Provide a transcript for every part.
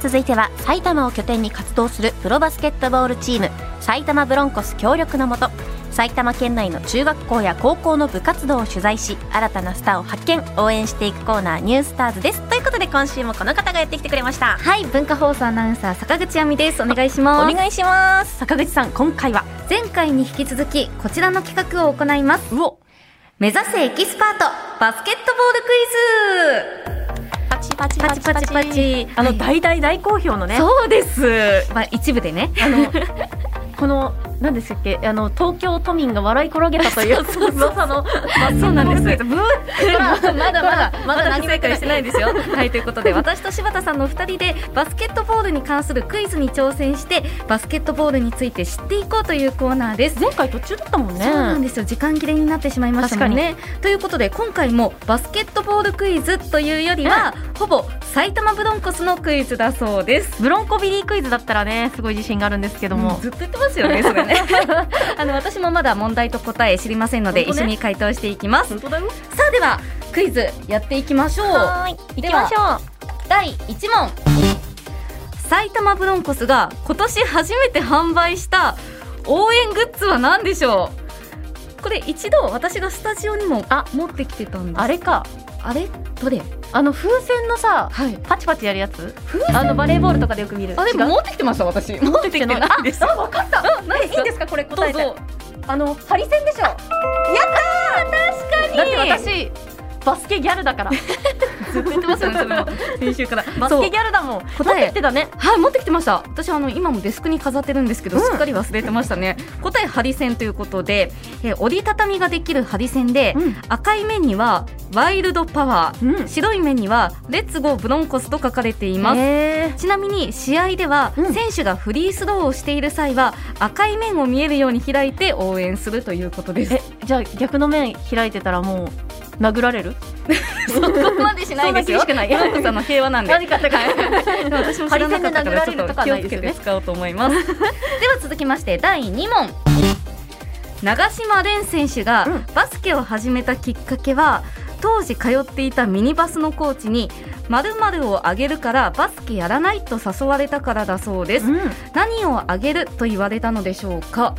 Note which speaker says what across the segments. Speaker 1: 続いては埼玉を拠点に活動するプロバスケットボールチーム埼玉ブロンコス協力のもと埼玉県内の中学校や高校の部活動を取材し新たなスターを発見応援していくコーナー「ニュースターズですということで今週もこの方がやってきてくれました
Speaker 2: はい文化放送アナウンサー坂口亜美ですお願いし
Speaker 1: お
Speaker 2: ます
Speaker 1: 願いします坂口さん今回は
Speaker 2: 前回に引き続きこちらの企画を行います
Speaker 1: うお
Speaker 2: 目指せエキスパートバスケットボールクイズ
Speaker 1: パチパチ
Speaker 2: パチパチパチ
Speaker 1: あの
Speaker 2: はい
Speaker 1: 大大大好評のね
Speaker 2: そうですまあ一部でね
Speaker 1: あのこの何でしたっけあの東京都民が笑い転げたという噂の
Speaker 2: そうなんです
Speaker 1: ブー
Speaker 2: まだまだ まだ
Speaker 1: まだ
Speaker 2: 何回かしてない ですよ。はいということで私と柴田さんのお二人でバスケットボールに関するクイズに挑戦してバスケットボールについて知っていこうというコーナーです。
Speaker 1: 前回途中だったもんね
Speaker 2: そうなんですよ時間切れになってしまいましたもんね。ということで今回もバスケットボールクイズというよりは、ほぼ埼玉ブロンコスのクイズだそうです。
Speaker 1: ブロンコビリークイズだったらねすごい自信があるんですけども、
Speaker 2: ずっと言ってますよねそ れねあの私もまだ問題と答え知りませんので、
Speaker 1: 本当
Speaker 2: 一緒
Speaker 1: ね
Speaker 2: に回答していきます
Speaker 1: 本当だよ
Speaker 2: さあではクイズやっていきましょう
Speaker 1: はーい行きましょ
Speaker 2: 第1問埼玉ブロンコスが今年初めて販売した応援グッズは何でしょうこれ一度私がスタジオにもあ持ってきてたん
Speaker 1: う
Speaker 2: です
Speaker 1: あれか
Speaker 2: あれどれ
Speaker 1: あの風船のさ
Speaker 2: はい
Speaker 1: パチパチやるやつ
Speaker 2: 風船
Speaker 1: あのバレーボールとかでよく見る
Speaker 2: あで
Speaker 1: 違
Speaker 2: も
Speaker 1: う
Speaker 2: 持ってきてました私 持
Speaker 1: 持ってきてない
Speaker 2: あですあ分かった何
Speaker 1: いいんですかこれ
Speaker 2: ど
Speaker 1: 答
Speaker 2: う
Speaker 1: えて
Speaker 2: ぞ
Speaker 1: あのハリセンでしょやったー確かにだって私バスケギャルだから
Speaker 2: ずっと言ってますよねそれも 先週から
Speaker 1: バス
Speaker 2: そう
Speaker 1: ケギャルだもん
Speaker 2: 答
Speaker 1: 持っ
Speaker 2: え
Speaker 1: てきてたね
Speaker 2: はい持ってきてました私あの今もデスクに飾ってるんですけど、
Speaker 1: うん
Speaker 2: すっかり忘れてましたね答えハリセンということで、えー折りたたみができるハリセンで、
Speaker 1: うん
Speaker 2: 赤い面にはワイルドパワー、
Speaker 1: うん
Speaker 2: 白い面にはレッツゴーブロンコスと書かれています、
Speaker 1: へ
Speaker 2: ちなみに試合では、
Speaker 1: うん
Speaker 2: 選手がフリースローをしている際は赤い面を見えるように開いて応援するということです
Speaker 1: えじゃあ逆の面開いてたらもう殴られる
Speaker 2: そこまでしないですよ
Speaker 1: そんな厳しくない
Speaker 2: 山子さんの平和なんで
Speaker 1: かあったか
Speaker 2: でも私も知らなかったからちょっと気をつけて使おうと思います では続きまして第2問長島蓮選手が
Speaker 1: うん
Speaker 2: バスケを始めたきっかけは当時通っていたミニバスのコーチに〇〇をあげるからバスケやらないと誘われたからだそうです
Speaker 1: うん
Speaker 2: 何をあげると言われたのでしょうか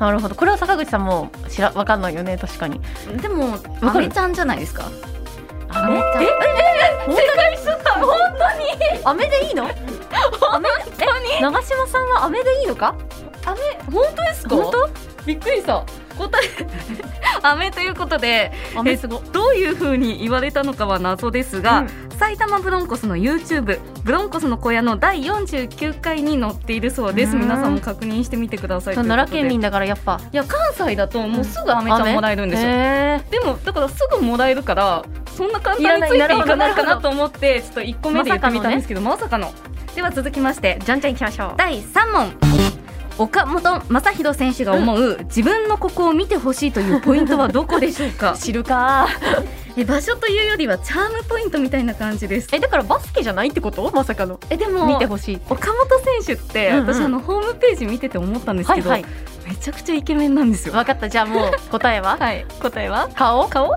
Speaker 1: なるほどこれは坂口さんも知らわかんないよね確かに
Speaker 2: でも
Speaker 1: る
Speaker 2: アメちゃんじゃないですか
Speaker 1: アメ
Speaker 2: え
Speaker 1: 本当に本当にアメでいい のアメえ長島さんはアメでいいのか
Speaker 2: アメ本当ですか
Speaker 1: 本
Speaker 2: びっくりした答えアメということで
Speaker 1: アメすご
Speaker 2: どういうふうに言われたのかは謎ですが、
Speaker 1: うん
Speaker 2: 埼玉ブロンコスの YouTube ブロンコスの小屋の第49回に載っているそうです
Speaker 1: うん
Speaker 2: 皆さんも確認してみてくださいということで
Speaker 1: 奈良県民だからやっぱ
Speaker 2: いや関西だともうすぐアメちゃんもらえるんですよ、
Speaker 1: へ
Speaker 2: でもだからすぐもらえるからそんな簡単についていかないかなと思ってちょっと1個目で言ってみたんですけどまさかの,、では続きまして
Speaker 1: ーじゃんじゃんいきましょう
Speaker 2: 第3問岡本正宏選手が思う自分のここを見てほしいというポイントはどこでしょうか
Speaker 1: 知るか
Speaker 2: え場所というよりはチャームポイントみたいな感じです
Speaker 1: えだからバスケじゃないってことまさかの
Speaker 2: えでも
Speaker 1: 見てほしい
Speaker 2: 岡本選手って、
Speaker 1: うんうん
Speaker 2: 私あのホームページ見てて思ったんですけど、
Speaker 1: はいは
Speaker 2: めちゃくちゃイケメンなんですよ。
Speaker 1: 分かったじゃあもう答えは
Speaker 2: はい、答えは
Speaker 1: 顔
Speaker 2: 顔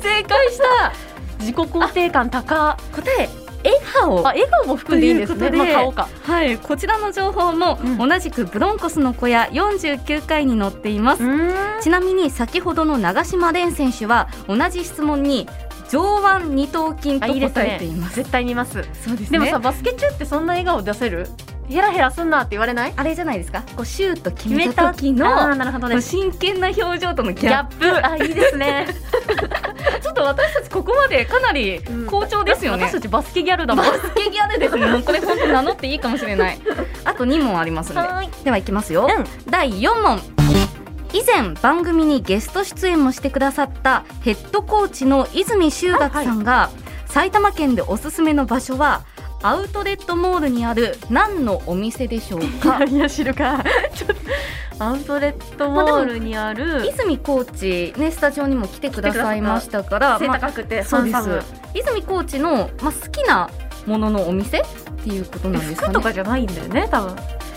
Speaker 2: 正解した
Speaker 1: 自己肯定感高
Speaker 2: 答え笑
Speaker 1: あ
Speaker 2: 顔
Speaker 1: 笑顔も含んでいいんです
Speaker 2: とい
Speaker 1: ね
Speaker 2: うこと
Speaker 1: まあ
Speaker 2: で
Speaker 1: 顔か
Speaker 2: はいこちらの情報も、
Speaker 1: うん
Speaker 2: 同じくブロンコスの小屋49回に載っています、
Speaker 1: ん
Speaker 2: ちなみに先ほどの長島蓮選手は同じ質問に上腕二頭筋と
Speaker 1: あいいです
Speaker 2: 答え
Speaker 1: ね
Speaker 2: ています
Speaker 1: 絶対見ます
Speaker 2: そうです
Speaker 1: でもさバスケ中ってそんな笑顔出せるヘラヘラすんなって言われない
Speaker 2: あれじゃないですかこうシュート決
Speaker 1: 決め
Speaker 2: めた
Speaker 1: た
Speaker 2: 時
Speaker 1: 時
Speaker 2: の
Speaker 1: のあーなるほど
Speaker 2: こう
Speaker 1: です
Speaker 2: 真剣な表情とのギ
Speaker 1: ギャ
Speaker 2: ャッ
Speaker 1: ップあいいですね
Speaker 2: プちょっと私たちここまでかなり
Speaker 1: うん
Speaker 2: 好調 ですよね、
Speaker 1: 私たちバスケギャルだもんは
Speaker 2: スケギャルですもん これ本当名乗っていいかもしれないあと2問ありますので
Speaker 1: い
Speaker 2: で はいきますよ、第4問以前番組にゲスト出演もしてくださったヘッドコーチの泉修学さんが、埼玉県でおすすめの場所はアウトレットモールにある何のお店でしょうか
Speaker 1: うんいや知るかちょっとアウトレットモールにある
Speaker 2: 泉コーチ、ね、スタジオにも来てくださいましたから
Speaker 1: 背
Speaker 2: まあ
Speaker 1: 高くて
Speaker 2: そうで
Speaker 1: ハンサム
Speaker 2: す泉コーチの、まあ、好きなもののお店っていうことなんですか
Speaker 1: 服
Speaker 2: ね
Speaker 1: とかじゃないんだよね多分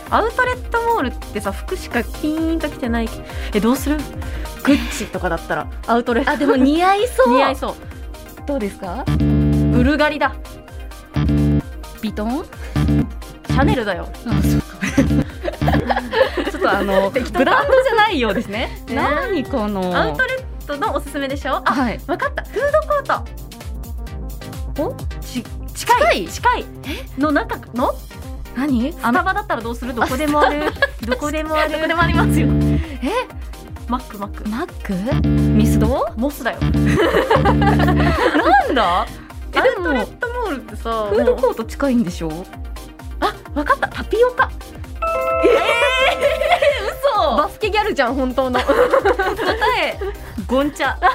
Speaker 1: アウトレットモールってさ服しかピーンと着てないえどうするグッチとかだったらアウトレット
Speaker 2: あでも似合いそう
Speaker 1: 似合いそう
Speaker 2: どうですかブルガリだビトン
Speaker 1: シャネルだよ
Speaker 2: あそうかちょっとあのブランドじゃないようですね
Speaker 1: ね
Speaker 2: 何この
Speaker 1: アウトレットのおすすめでしょあ
Speaker 2: はい
Speaker 1: わかったフードコートおち近い近いの中のス
Speaker 2: 何あ
Speaker 1: タ
Speaker 2: の
Speaker 1: バだったらどうするどこでもあるどこでもある
Speaker 2: どこでもありますよえ
Speaker 1: マックマック
Speaker 2: マックミスド
Speaker 1: モスだよ
Speaker 2: なんだえ
Speaker 1: ア
Speaker 2: で
Speaker 1: ウトレ
Speaker 2: も
Speaker 1: ットモールってさ
Speaker 2: フード
Speaker 1: もう
Speaker 2: コート近いんでしょ
Speaker 1: あわかったタピオカ
Speaker 2: 嘘
Speaker 1: バスケギャルじゃん本当の
Speaker 2: 答えゴンチャ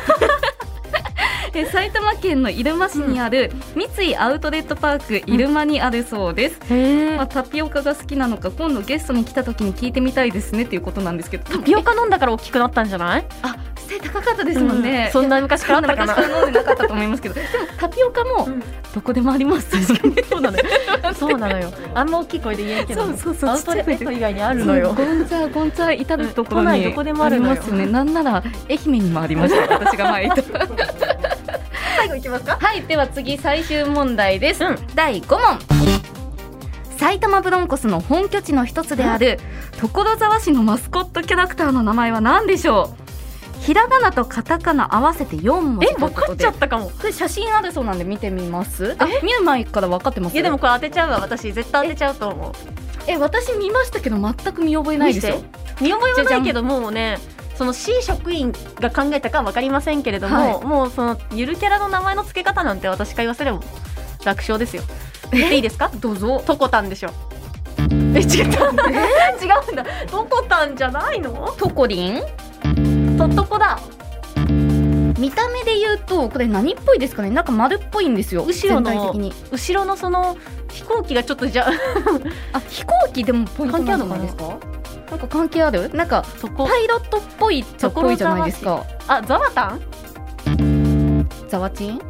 Speaker 2: え埼玉県の入間市にある三井アウトレットパーク入間にあるそうです、
Speaker 1: へ
Speaker 2: まあ、タピオカが好きなのか今度ゲストに来た時に聞いてみたいですねっていうことなんですけど
Speaker 1: タピオカ飲んだから大きくなったんじゃない
Speaker 2: あ背高かったですもんね、
Speaker 1: うんそんな昔からあったかな
Speaker 2: そん昔から飲んでなかったと思いますけ どでもタピオカも
Speaker 1: うん
Speaker 2: どこでもあります確かに
Speaker 1: そうなのよそうなのよあんま大きい声で言えんけど
Speaker 2: そうそうそう
Speaker 1: アウトレット以外にあるの
Speaker 2: そう
Speaker 1: よ
Speaker 2: ゴンチャゴンチャ至るところに、
Speaker 1: 都内どこでもあるのよ
Speaker 2: りますねなんなら愛媛にもあり ました私が前行った
Speaker 1: 最後いきますか
Speaker 2: はい、では次最終問題です。
Speaker 1: うん
Speaker 2: 第5問。埼玉ブロンコスの本拠地の一つである所沢市のマスコットキャラクターの名前は何でしょうひらがなとカタカナ合わせて4文字
Speaker 1: え分かっちゃったかも
Speaker 2: これ写真あるそうなんで見てみますあ見る前から分かってます
Speaker 1: いやでもこれ当てちゃうわ私絶対当てちゃうと思う
Speaker 2: え私見ましたけど全く見覚えないですよ
Speaker 1: 見見覚えはないけどもうねその C 職員が考えたかは分かりませんけれども、
Speaker 2: は
Speaker 1: もうそのゆるキャラの名前の付け方なんて私から言わせれば楽勝ですよ言っていいですか
Speaker 2: どうぞ
Speaker 1: トコタンでしょえ違った違うんだトコタンじゃないの
Speaker 2: トコリン
Speaker 1: トトコだ
Speaker 2: 見た目で言うとこれ何っぽいですかねなんか丸っぽいんですよ
Speaker 1: 後ろの
Speaker 2: 全体的に
Speaker 1: 後ろのその飛行機がちょっとじゃ
Speaker 2: あ飛行機でもポイントなんじゃないですかなんか関係あるなんか
Speaker 1: トコ
Speaker 2: パイロットっぽいっちゃっぽいじゃないですか
Speaker 1: あザワタン
Speaker 2: ザワチンこ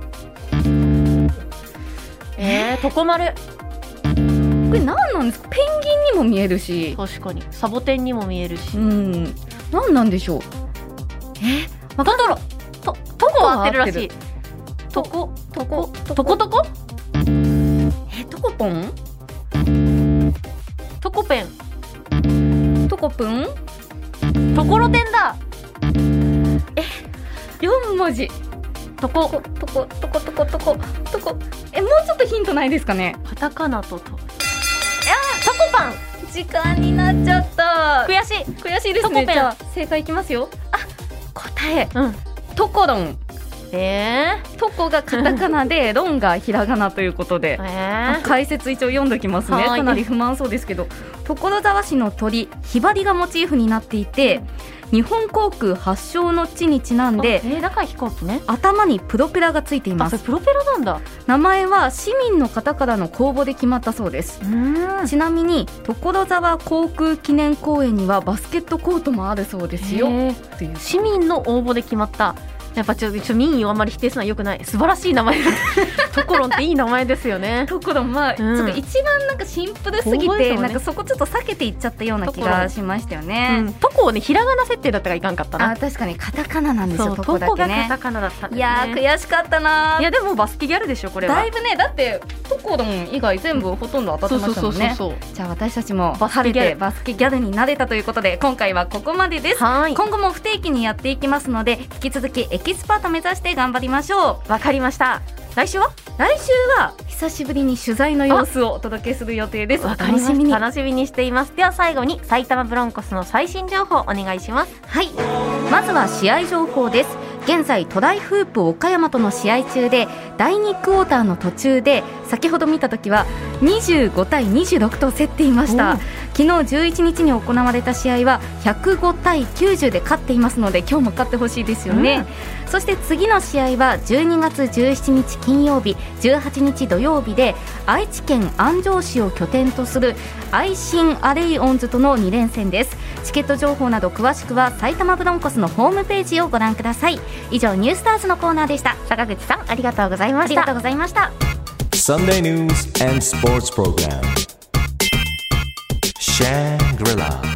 Speaker 1: え ー、トコ丸
Speaker 2: れ何なんですかペンギンにも見えるし
Speaker 1: 確かにサボテンにも見えるし、
Speaker 2: うん何なんでしょうえわかんない
Speaker 1: とトコは合ってるらしい
Speaker 2: トコトコ
Speaker 1: トコトコ
Speaker 2: えトコポン
Speaker 1: トコペン
Speaker 2: トコプン
Speaker 1: ところてんだ
Speaker 2: 四文字
Speaker 1: とこ
Speaker 2: トコトコトコトコトコえもうちょっとヒントないですかね
Speaker 1: カタカナとといやーチョコパン
Speaker 2: 時間になっちゃった
Speaker 1: 悔しい
Speaker 2: 悔しいで
Speaker 1: ト
Speaker 2: す
Speaker 1: コペ
Speaker 2: ね
Speaker 1: ン
Speaker 2: じゃあ正解いきますよあ答え
Speaker 1: うん
Speaker 2: トコロン
Speaker 1: え
Speaker 2: トコがカタカナ でロンがひらがなということで
Speaker 1: ー、えー、
Speaker 2: 解説一応読んどきますね
Speaker 1: はい
Speaker 2: かなり不満そうですけど所沢市の鳥ひばりがモチーフになっていて日本航空発祥の地にちなんで
Speaker 1: あえー、だから飛行機ね
Speaker 2: 頭にプロペラがついてい
Speaker 1: あ
Speaker 2: ま
Speaker 1: それ
Speaker 2: す
Speaker 1: プロペラなんだ
Speaker 2: 名前は市民の方からの公募で決まったそうです
Speaker 1: うん
Speaker 2: ちなみに所沢航空記念公園にはバスケットコートもあるそうですよという
Speaker 1: 市民の応募で決まったやっぱちょっとちょ民意をあまり否定するのはよくない素晴らしい名前 ところっていい名前ですよね
Speaker 2: ところまあ、
Speaker 1: うん
Speaker 2: ちょっと一番なんかシンプルすぎ
Speaker 1: そうです
Speaker 2: て、
Speaker 1: よね
Speaker 2: なんかそこちょっと避けていっちゃったような気がしましたよ
Speaker 1: う
Speaker 2: ね。
Speaker 1: ん、とこをねひらがな設定だったからいかんかった
Speaker 2: あ
Speaker 1: な
Speaker 2: ー確かにカタカナなんです
Speaker 1: そ
Speaker 2: よ
Speaker 1: う
Speaker 2: と
Speaker 1: と
Speaker 2: こ
Speaker 1: こ
Speaker 2: だけ
Speaker 1: がカ
Speaker 2: ね
Speaker 1: タ。カナだったん
Speaker 2: い
Speaker 1: ですね
Speaker 2: やー悔しかったなー
Speaker 1: いやでもバスケギャルでしょこれは
Speaker 2: だいぶねだってところも以外全部ほとんど当たってましたもんね。
Speaker 1: そう
Speaker 2: じゃあ私たちも
Speaker 1: バスケ
Speaker 2: 晴れ
Speaker 1: ギャル
Speaker 2: てバスケギャルになれたということで今回はここまでです。
Speaker 1: はい
Speaker 2: 今後も不定期にやっていきますので引き続きエキスパート目指して頑張りましょう。
Speaker 1: わかりました来週は
Speaker 2: 来週は久しぶりに取材の様子をお届けする予定です。
Speaker 1: わ
Speaker 2: お
Speaker 1: かりま
Speaker 2: 楽
Speaker 1: し
Speaker 2: したみに。は
Speaker 1: 楽しみにしていますでは最後に埼玉ブロンコスの最新情報お願いします
Speaker 2: い。まずは試合情報です。現在トライフープ岡山との試合中で第2クォーターの途中で先ほど見た時は25対26と競っていまし
Speaker 1: お
Speaker 2: た
Speaker 1: う
Speaker 2: 昨日11日に行われた試合は105対90で勝っていますので今日も勝ってほしいですよね、そして次の試合は12月17日金曜日18日土曜日で愛知県安城市を拠点とする愛心アレイオンズとの2連戦ですチケット情報など詳しくは埼玉ブロンコスのホームページをご覧ください以上ニュースターズのコーナーでした
Speaker 1: 坂口さんありがとうございま
Speaker 2: あ
Speaker 1: し
Speaker 2: り
Speaker 1: た
Speaker 2: がとうございました
Speaker 3: Sunday news and sports program. Shangri-La.